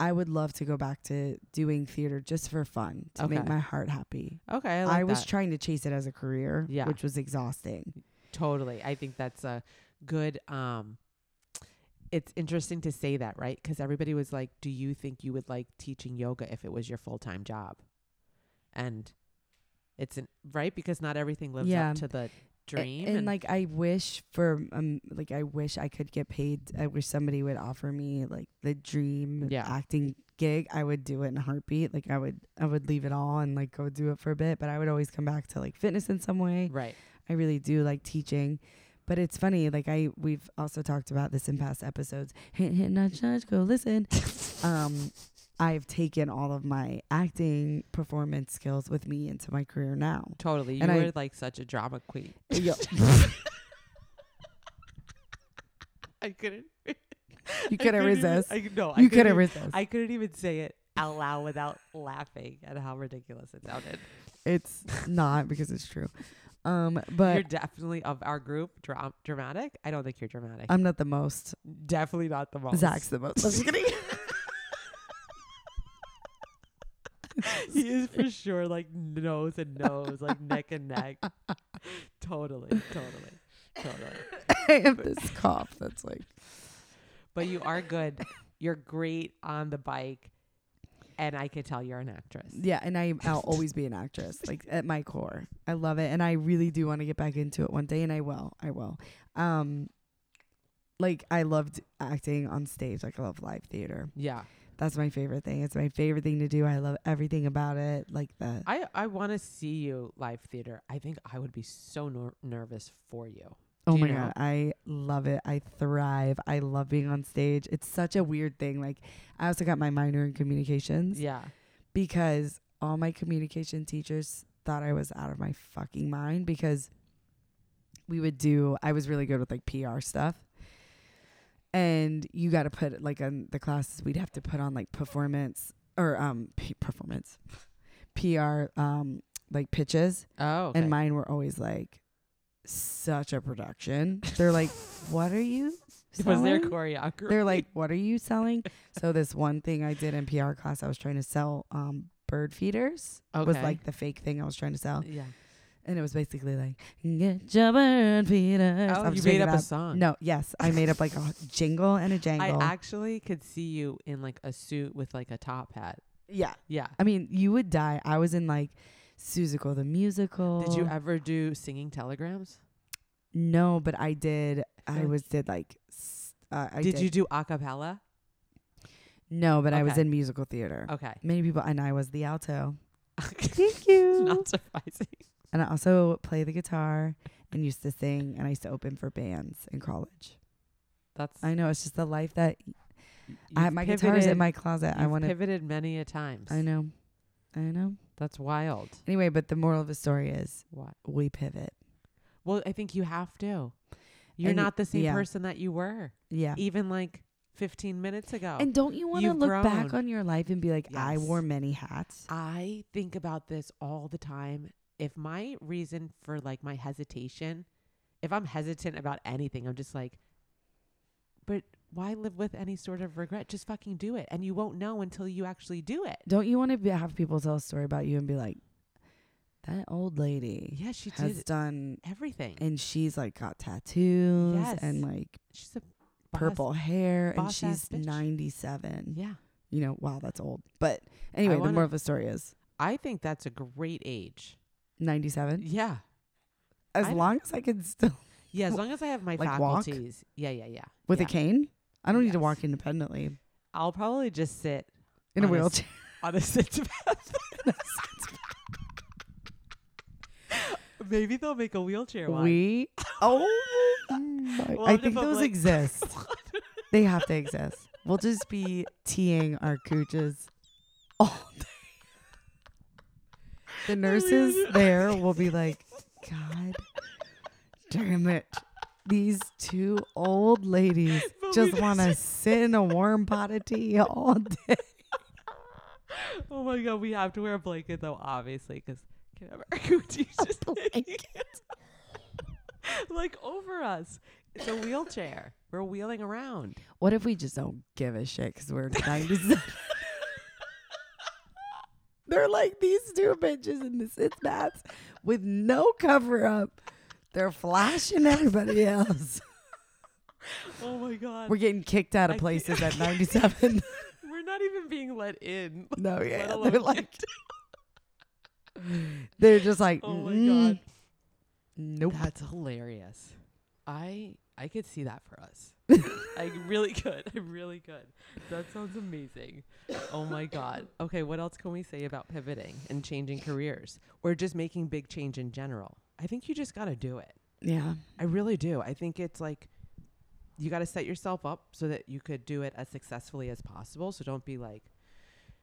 Speaker 2: I would love to go back to doing theater just for fun to make
Speaker 1: Okay.
Speaker 2: my heart happy.
Speaker 1: okay. I,
Speaker 2: I,
Speaker 1: like
Speaker 2: was
Speaker 1: that.
Speaker 2: trying to chase it as a career,
Speaker 1: Yeah.
Speaker 2: which was exhausting.
Speaker 1: Totally. I think that's a good um it's interesting to say that, right? Cuz everybody was like, "Do you think you would like teaching yoga if it was your full-time job?" And it's an, right because not everything lives
Speaker 2: Yeah.
Speaker 1: up to the
Speaker 2: A-
Speaker 1: dream
Speaker 2: and, like I wish for um like I wish I could get paid. I wish somebody would offer me like the dream
Speaker 1: Yeah.
Speaker 2: acting gig. I would do it in a heartbeat. Like I would I would leave it all and like go do it for a bit, but I would always come back to like fitness in some way.
Speaker 1: right.
Speaker 2: I really do like teaching. But it's funny, like I we've also talked about this in past episodes. Hint, hint, nudge, nudge, go listen. um, I've taken all of my acting performance skills with me into my career now.
Speaker 1: Totally. You
Speaker 2: and I-
Speaker 1: were like such a drama queen.
Speaker 2: [laughs] Yo,
Speaker 1: I couldn't
Speaker 2: [laughs] you couldn't resist.
Speaker 1: I no, I
Speaker 2: you couldn't resist.
Speaker 1: I couldn't even say it out loud without laughing at how ridiculous it sounded.
Speaker 2: it's not because it's true. Um, but
Speaker 1: you're definitely of our group dra- dramatic. I don't think you're dramatic.
Speaker 2: I'm not the most.
Speaker 1: definitely not the most. [laughs]
Speaker 2: Uh, Zach's the most. I'm [laughs] just kidding.
Speaker 1: he is for sure like nose and nose, like neck and
Speaker 2: [laughs]
Speaker 1: neck. Totally, totally, totally.
Speaker 2: I have this cough that's like
Speaker 1: But you are good. You're great on the bike, and I could tell you're an actress.
Speaker 2: Yeah, and I, I'll always be an actress, like at my core. I love it, and I really do want to get back into it one day, and I will. I will. Um, like I loved acting on stage. Like I love live theater.
Speaker 1: Yeah,
Speaker 2: That's my favorite thing. It's my favorite thing to do. I love everything about it. Like the
Speaker 1: I I want to see you live theater. I think I would be so ner- nervous for you.
Speaker 2: oh
Speaker 1: do
Speaker 2: my
Speaker 1: you know?
Speaker 2: god, I love it. I thrive. I love being on stage. It's such a weird thing. Like I also got my minor in communications
Speaker 1: Yeah,
Speaker 2: because all my communication teachers thought I was out of my fucking mind because we would do I was really good with like PR stuff. And you got to put like on the classes we'd have to put on like performance or um p- performance [laughs] PR um like pitches
Speaker 1: Oh, okay.
Speaker 2: and mine were always like such a production. They're like what are you?
Speaker 1: [laughs] was there
Speaker 2: selling?"
Speaker 1: choreography? [laughs]
Speaker 2: They're like, "What are you selling?" so this one thing I did in PR class, I was trying to sell um, bird feeders was
Speaker 1: Okay. Oh,
Speaker 2: like the fake thing I was trying to sell,
Speaker 1: yeah.
Speaker 2: and it was basically like get your bird feeders.
Speaker 1: Oh,
Speaker 2: I'm
Speaker 1: you
Speaker 2: just
Speaker 1: made
Speaker 2: making
Speaker 1: up
Speaker 2: it
Speaker 1: a song.
Speaker 2: No, yes, I made up like a jingle and a
Speaker 1: [laughs] I
Speaker 2: jangle.
Speaker 1: actually could see you in like a suit with like a top hat.
Speaker 2: yeah,
Speaker 1: Yeah.
Speaker 2: I mean, you would die. I was in like Suzical the musical.
Speaker 1: Did you ever do singing telegrams?
Speaker 2: No, but I did. I
Speaker 1: Good.
Speaker 2: was did like. s- Uh, I
Speaker 1: did,
Speaker 2: did,
Speaker 1: you do a cappella?
Speaker 2: No, but I was
Speaker 1: Okay.
Speaker 2: in musical theater. [laughs]
Speaker 1: Okay. [laughs]
Speaker 2: Many people, and I was the alto,
Speaker 1: Thank
Speaker 2: [laughs] you.
Speaker 1: Not [laughs] surprising.
Speaker 2: and I also play the guitar and used to sing, and I used to open for bands in college.
Speaker 1: That's
Speaker 2: I know it's just the life that I
Speaker 1: you've
Speaker 2: have my guitar's in
Speaker 1: pivoted-
Speaker 2: my closet. I
Speaker 1: you've
Speaker 2: want to.
Speaker 1: pivoted many a times.
Speaker 2: I know, I know.
Speaker 1: That's wild.
Speaker 2: Anyway, but the moral of the story is
Speaker 1: What?
Speaker 2: we pivot.
Speaker 1: Well, I think you have to. You're
Speaker 2: And-
Speaker 1: not the same
Speaker 2: yeah.
Speaker 1: person that you were
Speaker 2: Yeah.
Speaker 1: even like 15 minutes ago.
Speaker 2: And don't you want to
Speaker 1: You've
Speaker 2: look back
Speaker 1: grown.
Speaker 2: on your life and be like, I
Speaker 1: Yes.
Speaker 2: wore many hats?
Speaker 1: I think about this all the time. If my reason for like my hesitation, if I'm hesitant about anything, I'm just like, but why live with any sort of regret? Just fucking do it. And you won't know until you actually do it.
Speaker 2: Don't you want to have people tell a story about you and be like, that old lady
Speaker 1: Yeah, she
Speaker 2: has
Speaker 1: did
Speaker 2: done,
Speaker 1: everything.
Speaker 2: and she's like got tattoos
Speaker 1: Yes.
Speaker 2: and like
Speaker 1: She's a boss.
Speaker 2: purple hair, and
Speaker 1: boss-ass
Speaker 2: she's
Speaker 1: bitch.
Speaker 2: 97.
Speaker 1: Yeah.
Speaker 2: You know, wow, that's old. But anyway, the
Speaker 1: wanna-
Speaker 2: moral of the story is
Speaker 1: I think that's a great age.
Speaker 2: 97.
Speaker 1: Yeah.
Speaker 2: As
Speaker 1: I-
Speaker 2: long as I can still, [laughs]
Speaker 1: Yeah, as long as I have my
Speaker 2: Like walk?
Speaker 1: faculties. Yeah, yeah, yeah.
Speaker 2: with
Speaker 1: yeah.
Speaker 2: a cane, I don't need to
Speaker 1: Yes.
Speaker 2: walk independently
Speaker 1: I'll probably just sit
Speaker 2: in a
Speaker 1: On a s-
Speaker 2: wheelchair.
Speaker 1: on a sit Maybe they'll make a wheelchair one.
Speaker 2: [laughs] We, oh, my-
Speaker 1: We'll
Speaker 2: I
Speaker 1: have to
Speaker 2: think
Speaker 1: put,
Speaker 2: those
Speaker 1: like-
Speaker 2: exist. They have to exist. We'll just be teeing our cooches all day.
Speaker 1: Oh
Speaker 2: The nurses there will be like, God damn it. These two old ladies
Speaker 1: But we
Speaker 2: just want to sit in a warm pot of tea all day.
Speaker 1: [laughs] Oh my god, we have to wear a blanket though, obviously, because can have [laughs] our coochies just hanging out, [laughs] like over us. It's a wheelchair. We're wheeling around.
Speaker 2: What if we just don't give a shit because we're
Speaker 1: [laughs]
Speaker 2: 97? They're like these two bitches in the sits mats with no cover up. They're flashing everybody
Speaker 1: [laughs]
Speaker 2: else.
Speaker 1: Oh my god,
Speaker 2: We're getting kicked out
Speaker 1: [laughs]
Speaker 2: of
Speaker 1: I
Speaker 2: places at 97.
Speaker 1: we're not even being let in.
Speaker 2: [laughs]
Speaker 1: [laughs]
Speaker 2: no,
Speaker 1: let
Speaker 2: yeah.
Speaker 1: alone
Speaker 2: They're like, [laughs] they're just like,
Speaker 1: Oh my
Speaker 2: "Mm,
Speaker 1: god,
Speaker 2: Nope.
Speaker 1: that's hilarious. I I could see that for
Speaker 2: [laughs]
Speaker 1: us. I really could. I really could. That sounds amazing. Oh my god. Okay, what else can we say about pivoting and changing careers or just making big change in general? I think you just got to do it.
Speaker 2: Yeah.
Speaker 1: I really do. I think it's like you got to set yourself up so that you could do it as successfully as possible. So don't be like,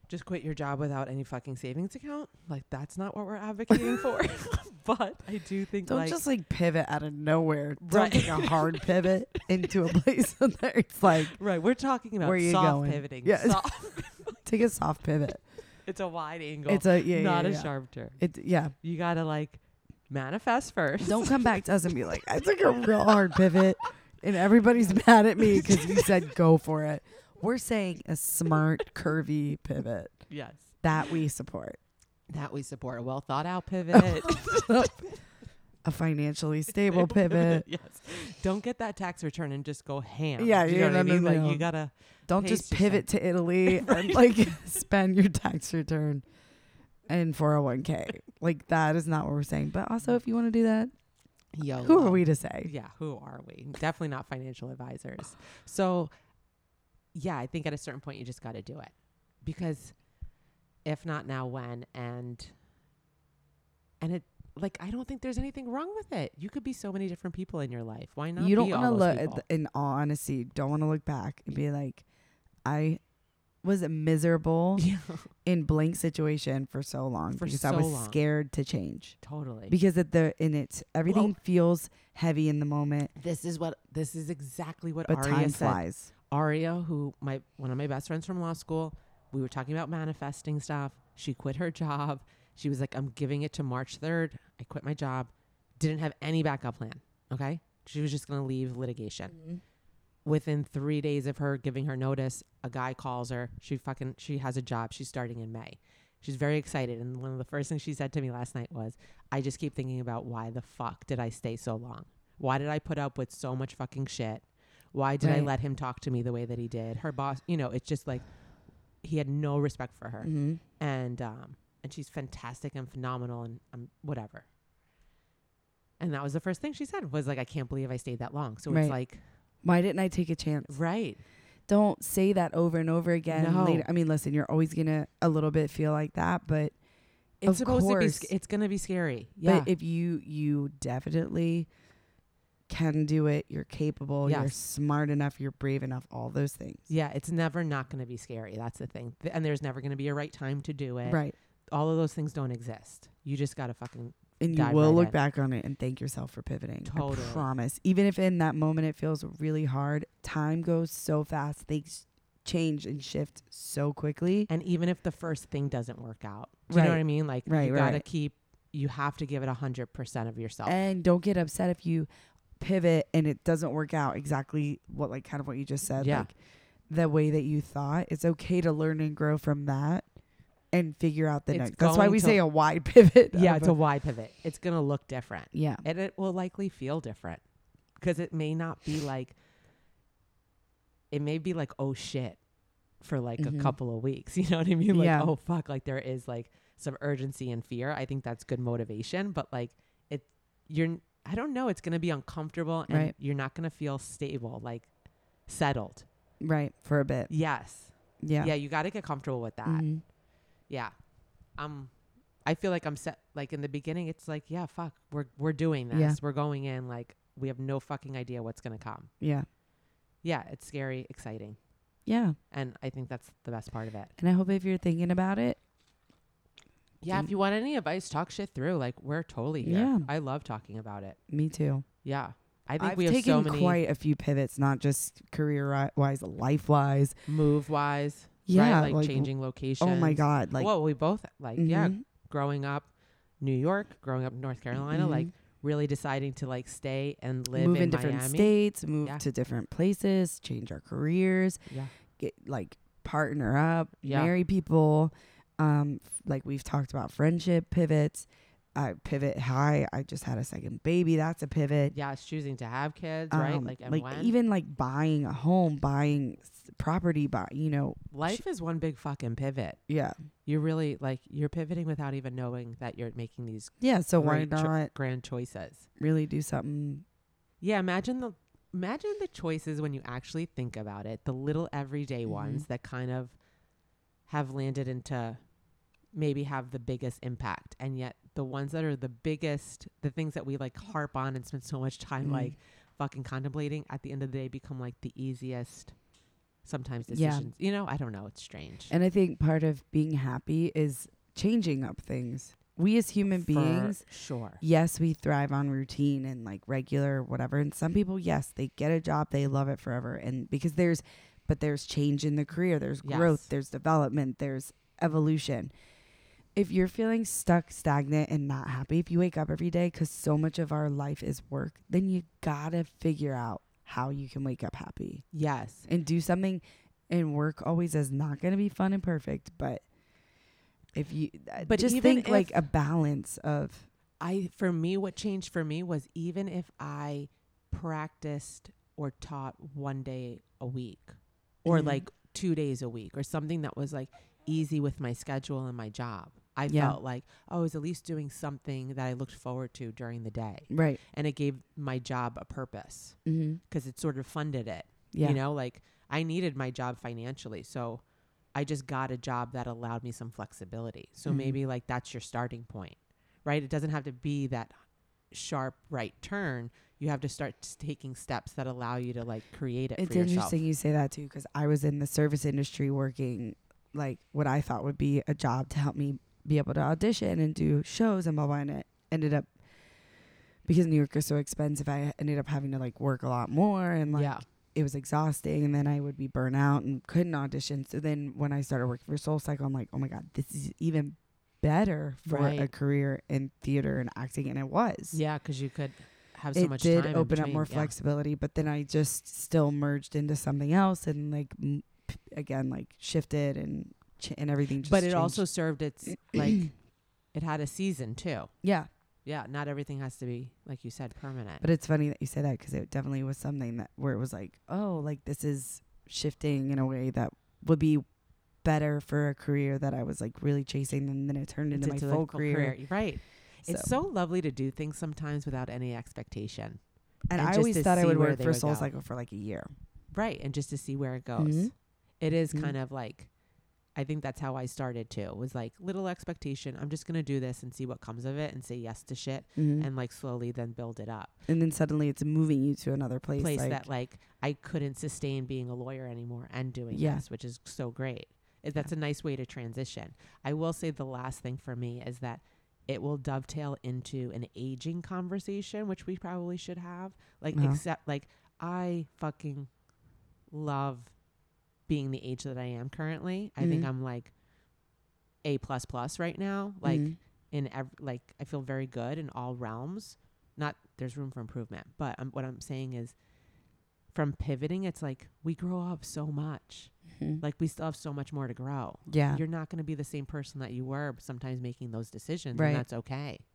Speaker 1: just quit your job without any fucking savings account. Like that's not what we're advocating
Speaker 2: [laughs]
Speaker 1: for. [laughs] but I do think
Speaker 2: Don't
Speaker 1: like
Speaker 2: just like pivot out of nowhere.
Speaker 1: Right.
Speaker 2: Don't take a hard pivot into
Speaker 1: [laughs]
Speaker 2: a place [laughs] that it's like,
Speaker 1: right, we're talking about
Speaker 2: Where you
Speaker 1: soft
Speaker 2: going?
Speaker 1: pivoting.
Speaker 2: Yeah. [laughs]
Speaker 1: Soft-
Speaker 2: take a soft pivot.
Speaker 1: it's a wide angle.
Speaker 2: It's a, yeah,
Speaker 1: not
Speaker 2: yeah,
Speaker 1: a
Speaker 2: yeah.
Speaker 1: sharp turn.
Speaker 2: It yeah.
Speaker 1: You gotta like manifest first. [laughs]
Speaker 2: Don't come back to us and be like, I took a real hard pivot, and everybody's [laughs] mad at me because you said go for it. We're saying a smart, curvy pivot
Speaker 1: Yes,
Speaker 2: that we support.
Speaker 1: that we support a well thought [laughs] out pivot.
Speaker 2: [laughs] A financially stable pivot.
Speaker 1: yes. Don't get that tax return and just go ham.
Speaker 2: Yeah,
Speaker 1: Do you know
Speaker 2: yeah,
Speaker 1: what I
Speaker 2: no, no,
Speaker 1: mean. like
Speaker 2: no.
Speaker 1: you gotta.
Speaker 2: Don't just
Speaker 1: Pace
Speaker 2: pivot to [laughs] Italy and like spend your tax return and 401k. Like that is not what we're saying. But also, if you want to do that,
Speaker 1: Yo, um,
Speaker 2: who are we to say?
Speaker 1: Yeah, who are we? Definitely not financial advisors. So, yeah, I think at a certain point you just got to do it because if not now, when? And and it like I don't think there's anything wrong with it. You could be so many different people in your life. Why not?
Speaker 2: you don't uh,
Speaker 1: want to
Speaker 2: look at the, in all honesty. Don't want to look back and be like, I was miserable.
Speaker 1: [laughs] yeah,
Speaker 2: in blank situation for so long
Speaker 1: For
Speaker 2: because I
Speaker 1: so
Speaker 2: was
Speaker 1: long.
Speaker 2: scared to change
Speaker 1: totally.
Speaker 2: because at the in it's everything feels heavy in the moment,
Speaker 1: this is what this is exactly what
Speaker 2: but
Speaker 1: Aria
Speaker 2: time
Speaker 1: said.
Speaker 2: flies.
Speaker 1: Aria, who my one of my best friends from law school, we were talking about manifesting stuff. She quit her job. She was like, I'm giving it to March 3rd. I quit my job. Didn't have any backup plan. Okay. She was just going to leave litigation. Within three days of her giving her notice, a guy calls her. She fucking, she has a job. She's starting in May. She's very excited. And one of the first things she said to me last night was, I just keep thinking about why the fuck did I stay so long? Why did I put up with so much fucking shit? Why did I
Speaker 2: Right.
Speaker 1: let him talk to me the way that he did? Her boss, you know, it's just like he had no respect for her.
Speaker 2: Mm-hmm.
Speaker 1: And um and she's fantastic and phenomenal and um, whatever. And that was the first thing she said was like I can't believe I stayed that long. So
Speaker 2: Right.
Speaker 1: it's like
Speaker 2: Why didn't I take a chance?
Speaker 1: right.
Speaker 2: Don't say that over and over again.
Speaker 1: Mm. No.
Speaker 2: Later. I mean, listen, you're always gonna a little bit feel like that, but
Speaker 1: It's
Speaker 2: Of
Speaker 1: supposed to be
Speaker 2: course.
Speaker 1: sc- it's going to be scary. Yeah.
Speaker 2: But if you you definitely can do it, you're capable, you're
Speaker 1: Yes.
Speaker 2: smart enough, you're brave enough, all those things.
Speaker 1: Yeah, it's never not going to be scary. That's the thing. Th- And there's never going to be a right time to do it.
Speaker 2: Right.
Speaker 1: All of those things don't exist. You just got to fucking
Speaker 2: And you
Speaker 1: Dive
Speaker 2: will
Speaker 1: right
Speaker 2: look
Speaker 1: in.
Speaker 2: back on it and thank yourself for pivoting.
Speaker 1: Totally.
Speaker 2: I promise. Even if in that moment it feels really hard, time goes so fast. Things change and shift so quickly.
Speaker 1: and even if the first thing doesn't work out. Do you know
Speaker 2: Right.
Speaker 1: what I mean? Like
Speaker 2: Right,
Speaker 1: you
Speaker 2: right,
Speaker 1: got to
Speaker 2: right.
Speaker 1: keep you have to give it a 100% of yourself.
Speaker 2: And don't get upset if you pivot and it doesn't work out exactly what like kind of what you just said.
Speaker 1: Yeah.
Speaker 2: Like the way that you thought. It's okay to learn and grow from that and figure out the
Speaker 1: It's
Speaker 2: next. That's why
Speaker 1: going
Speaker 2: we
Speaker 1: to-
Speaker 2: say a wide [laughs] pivot.
Speaker 1: yeah,
Speaker 2: of
Speaker 1: it's a wide pivot. It's going to look different.
Speaker 2: yeah.
Speaker 1: And it will likely feel different cuz it may not
Speaker 2: [sighs]
Speaker 1: be like it may be like oh shit for like
Speaker 2: Mhm.
Speaker 1: a couple of weeks. [laughs] You know what I mean? Like
Speaker 2: Yeah.
Speaker 1: oh fuck, like there is like some urgency and fear. I think that's good motivation, but like it you're n- I don't know, it's going to be uncomfortable and
Speaker 2: Right.
Speaker 1: you're not going to feel stable, like settled.
Speaker 2: Right. For a bit.
Speaker 1: Yes.
Speaker 2: Yeah.
Speaker 1: Yeah, you got to get comfortable with that.
Speaker 2: Mhm.
Speaker 1: Yeah. Um I feel like I'm set like in the beginning it's like, yeah, fuck. We're we're doing this.
Speaker 2: Yeah.
Speaker 1: We're going in like we have no fucking idea what's going to come.
Speaker 2: Yeah.
Speaker 1: Yeah, it's scary, exciting.
Speaker 2: Yeah.
Speaker 1: And I think that's the best part of it.
Speaker 2: And I hope if you're thinking about it,
Speaker 1: Yeah, if you want any advice, talk shit through. Like we're totally here.
Speaker 2: Yeah.
Speaker 1: I love talking about it.
Speaker 2: me too.
Speaker 1: Yeah. I think
Speaker 2: have
Speaker 1: we have
Speaker 2: taken
Speaker 1: so many
Speaker 2: quite a few pivots, not just career wise, life wise.
Speaker 1: move wise,
Speaker 2: Yeah,
Speaker 1: right? Like,
Speaker 2: like,
Speaker 1: changing location.
Speaker 2: Oh my god, like
Speaker 1: Whoa, we both like Mm-hmm. yeah,
Speaker 2: mhm,
Speaker 1: growing up New York, growing up in North Carolina, like
Speaker 2: mhm.
Speaker 1: really deciding to like stay and live
Speaker 2: move
Speaker 1: Mm-hmm. in,
Speaker 2: in, different
Speaker 1: Miami.
Speaker 2: states, move
Speaker 1: Yeah.
Speaker 2: to different places, change our careers,
Speaker 1: Yeah.
Speaker 2: get like partner up,
Speaker 1: Yeah.
Speaker 2: marry people. Um, f- like we've talked about friendship pivots. I pivot high. I just had a second baby. That's a pivot.
Speaker 1: Yeah, it's choosing to have kids, right?
Speaker 2: Um,
Speaker 1: Like and when
Speaker 2: even like buying a home, buying s- property, buy you know,
Speaker 1: life is one big fucking pivot.
Speaker 2: yeah,
Speaker 1: You're really like you're pivoting without even knowing that you're making these
Speaker 2: yeah. So
Speaker 1: Great
Speaker 2: why
Speaker 1: cho-
Speaker 2: not
Speaker 1: grand choices.
Speaker 2: really do something
Speaker 1: Yeah, imagine the imagine the choices when you actually think about it. The little everyday
Speaker 2: Mhm.
Speaker 1: ones that kind of have landed into maybe have the biggest impact and yet the ones that are the biggest the things that we like harp on and spend so much time
Speaker 2: Mhm.
Speaker 1: like fucking contemplating at the end of the day become like the easiest sometimes
Speaker 2: Yeah.
Speaker 1: decisions you know i don't know it's strange
Speaker 2: And I think part of being happy is changing up things. We as human
Speaker 1: For
Speaker 2: beings,
Speaker 1: sure
Speaker 2: yes, we thrive on routine and like regular whatever. And some people, yes, they get a job, they love it forever. And because there's, but there's change in the career, there's growth,
Speaker 1: Yes.
Speaker 2: there's development, there's evolution. If you're feeling stuck, stagnant, and not happy, if you wake up every day because so much of our life is work, then you gotta figure out how you can wake up happy
Speaker 1: yes
Speaker 2: and do something and work always is not going to be fun and perfect but if you but
Speaker 1: But
Speaker 2: just
Speaker 1: even
Speaker 2: think like
Speaker 1: if-
Speaker 2: a balance of
Speaker 1: i for me what changed for me was even if i practiced or taught one day a week or
Speaker 2: Mhm.
Speaker 1: like two days a week or something that was like easy with my schedule and my job i
Speaker 2: Yeah.
Speaker 1: felt like oh, i was at least doing something that i looked forward to during the day
Speaker 2: right
Speaker 1: and it gave my job a purpose
Speaker 2: mm-hmm.
Speaker 1: because it sort of funded it
Speaker 2: yeah
Speaker 1: You know, like I needed my job financially. So I just got a job that allowed me some flexibility. So
Speaker 2: Mhm.
Speaker 1: maybe like that's your starting point, right? It doesn't have to be that sharp right turn. You have to start s- taking steps that allow you to like create it
Speaker 2: it's
Speaker 1: for yourself.
Speaker 2: interesting you say that too because i was in the service industry working like what i thought would be a job to help me be able to audition and do shows and blah blah and it ended up because new york is so expensive i ended up having to like work a lot more and like
Speaker 1: yeah.
Speaker 2: it was exhausting and then I would be burnt out and couldn't audition. So then when I started working for Soul Cycle, I'm like, oh my God, this is even better for a
Speaker 1: Right.
Speaker 2: career in theater and acting and it was.
Speaker 1: Yeah. Cause you could have so
Speaker 2: it
Speaker 1: much
Speaker 2: did
Speaker 1: time. in
Speaker 2: open up
Speaker 1: between.
Speaker 2: more
Speaker 1: Yeah.
Speaker 2: flexibility, but then I just still merged into something else and like m- p- again like shifted and ch- and everything just
Speaker 1: but it
Speaker 2: changed.
Speaker 1: also served
Speaker 2: [clears throat]
Speaker 1: its like it had a season too.
Speaker 2: yeah
Speaker 1: Yeah, not everything has to be like you said permanent.
Speaker 2: But it's funny that you say that because it definitely was something that where it was like, oh, like this is shifting in a way that would be better for a career that I was like really chasing, and then it turned into my
Speaker 1: It's a
Speaker 2: full
Speaker 1: full
Speaker 2: career.
Speaker 1: Right. It's so lovely to do things sometimes without any expectation. and
Speaker 2: and, I
Speaker 1: just
Speaker 2: always
Speaker 1: to
Speaker 2: thought I
Speaker 1: see
Speaker 2: would
Speaker 1: where
Speaker 2: work
Speaker 1: they
Speaker 2: for
Speaker 1: would go.
Speaker 2: Soul Cycle for like a year.
Speaker 1: Right. And just to see where it goes.
Speaker 2: Mhm.
Speaker 1: It is
Speaker 2: Mhm.
Speaker 1: kind of like I think that's how I started too. Was like little expectation. I'm just gonna do this and see what comes of it and say yes to shit
Speaker 2: Mhm. And,
Speaker 1: and like slowly then build it up.
Speaker 2: then suddenly it's moving you to another place.
Speaker 1: place
Speaker 2: like,
Speaker 1: that like I couldn't sustain being a lawyer anymore and doing
Speaker 2: Yeah.
Speaker 1: this, which is so great. Uh, That's a nice way to transition. I will say the last thing for me is that it will dovetail into an aging conversation, which we probably should have. Like,
Speaker 2: Uh-huh.
Speaker 1: except like I fucking love being the age that I am currently. I think
Speaker 2: Mhm.
Speaker 1: I'm like a plus plus right now. Like
Speaker 2: Mhm.
Speaker 1: in ev- like I feel very good in all realms. Not there's room for improvement, but um, what I'm saying is, from pivoting, it's like we grow up so much.
Speaker 2: Mhm.
Speaker 1: Like we still have so much more to grow.
Speaker 2: yeah,
Speaker 1: You're not going to be the same person that you were sometimes making those decisions,
Speaker 2: Right.
Speaker 1: and that's okay.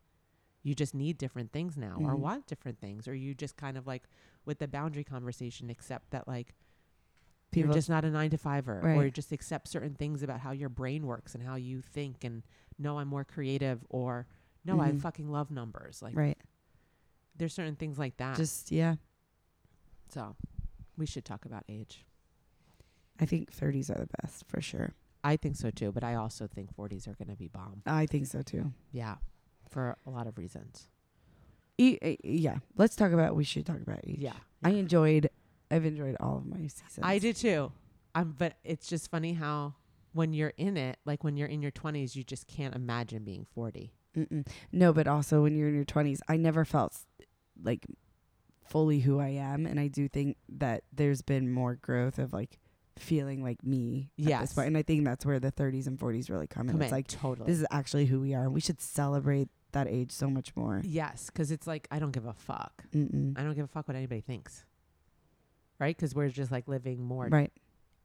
Speaker 1: You just need different things now, or
Speaker 2: Mhm.
Speaker 1: want different things, or you just kind of like with the boundary conversation, accept that like
Speaker 2: people
Speaker 1: you're just not a nine to fiver or
Speaker 2: Right.
Speaker 1: just accept certain things about how your brain works and how you think and no i'm more creative or no i
Speaker 2: Mhm.
Speaker 1: fucking love numbers like
Speaker 2: right,
Speaker 1: there's certain things like ah. that
Speaker 2: just yeah.
Speaker 1: so we should talk about age
Speaker 2: I think 30s are the best for sure.
Speaker 1: i think so too but i also think 40s are going to be bomb
Speaker 2: I think so too.
Speaker 1: yeah for a lot of reasons
Speaker 2: E- uh, yeah, let's talk about. We should talk about each.
Speaker 1: yeah
Speaker 2: I enjoyed. I've enjoyed all of my seasons.
Speaker 1: I do too. Um, but it's just funny how when you're in it, like when you're in your 20s, you just can't imagine being 40.
Speaker 2: Mm-mm. No, but also when you're in your 20s, I never felt like fully who I am, and I do think that there's been more growth of like feeling like me at this
Speaker 1: Yes.
Speaker 2: point. And I think that's where the 30s and 40s really come in.
Speaker 1: Come
Speaker 2: Mm, it's
Speaker 1: in,
Speaker 2: like
Speaker 1: totally.
Speaker 2: this is actually who we are, and we should celebrate that age so much more.
Speaker 1: yes, because it's like I don't give a fuck.
Speaker 2: Mm-mm.
Speaker 1: I don't give a fuck what anybody thinks. Right? Because we're just like living more
Speaker 2: Right,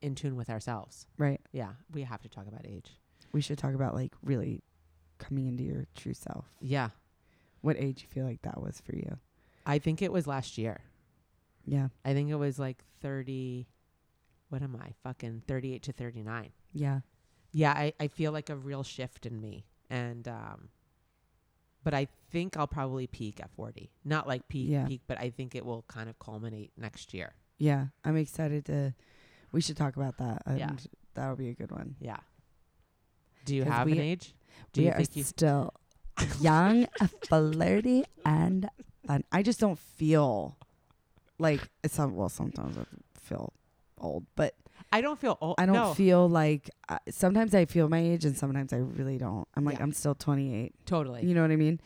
Speaker 1: in tune with ourselves.
Speaker 2: right.
Speaker 1: Yeah. We have to talk about age.
Speaker 2: We should talk about like really coming into your true self.
Speaker 1: Yeah.
Speaker 2: What age you feel like that was for you?
Speaker 1: I think it was last year.
Speaker 2: Yeah,
Speaker 1: I think it was like 30. What am I? Fucking 38 to 39.
Speaker 2: yeah.
Speaker 1: Yeah. I, I feel like a real shift in me. And, um, but I think I'll probably peak at 40. Not like peak,
Speaker 2: Yeah.
Speaker 1: peak, but I think it will kind of culminate next year.
Speaker 2: Yeah, I'm excited to. We should talk about that.
Speaker 1: Yeah.
Speaker 2: and that'll be a good one.
Speaker 1: Yeah. Do you
Speaker 2: 'Cause
Speaker 1: have an
Speaker 2: we-
Speaker 1: age? Do you
Speaker 2: we
Speaker 1: think
Speaker 2: are
Speaker 1: you.
Speaker 2: still
Speaker 1: [laughs]
Speaker 2: young, flirty, and fun. I just don't feel like it's not, well. Sometimes I feel old, but
Speaker 1: I don't feel old.
Speaker 2: I don't
Speaker 1: no,
Speaker 2: feel like. Uh, sometimes I feel my age, and sometimes I really don't. I'm like
Speaker 1: Yeah.
Speaker 2: I'm still 28.
Speaker 1: totally.
Speaker 2: You know what I mean?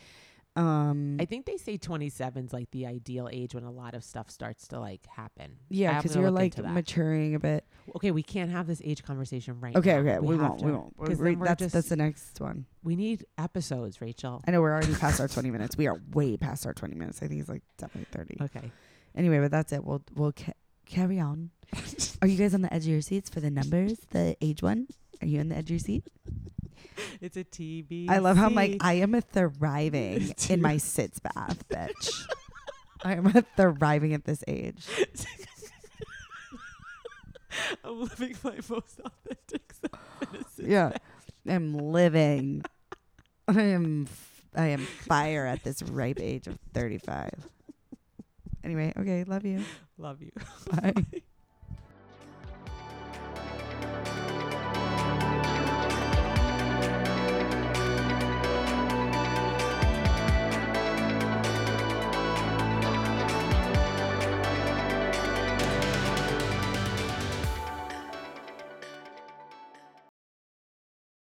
Speaker 2: Um,
Speaker 1: I think they say 27's like the ideal age when a lot of stuff starts to like happen.
Speaker 2: yeah,
Speaker 1: I'm
Speaker 2: because
Speaker 1: gonna
Speaker 2: you're
Speaker 1: look
Speaker 2: like
Speaker 1: into that.
Speaker 2: maturing a bit.
Speaker 1: okay, we can't have this age conversation right
Speaker 2: Okay,
Speaker 1: now.
Speaker 2: okay, we,
Speaker 1: have
Speaker 2: won't,
Speaker 1: to-
Speaker 2: we won't,
Speaker 1: 'cause
Speaker 2: we
Speaker 1: then we're
Speaker 2: That's
Speaker 1: just-
Speaker 2: that's the next one.
Speaker 1: We need episodes, Rachel.
Speaker 2: I know we're already past our 20 minutes. We are way past our 20 minutes. I think it's like definitely 30.
Speaker 1: Okay.
Speaker 2: Anyway, but that's it. We'll we'll ca- carry on. Are you guys on the edge of your seats for the numbers? The age one? Are you on the edge of your seat?
Speaker 1: It's a TB.
Speaker 2: I love how I'm like I am a thriving in my sits bath,
Speaker 1: [laughs]
Speaker 2: bitch. I am a thriving at this age.
Speaker 1: I'm living my most authentic self. in a sense.
Speaker 2: Yeah, I'm living. I am f- I am fire at this ripe age of 35. Anyway, okay, love you.
Speaker 1: [laughs] Love you.
Speaker 2: Bye.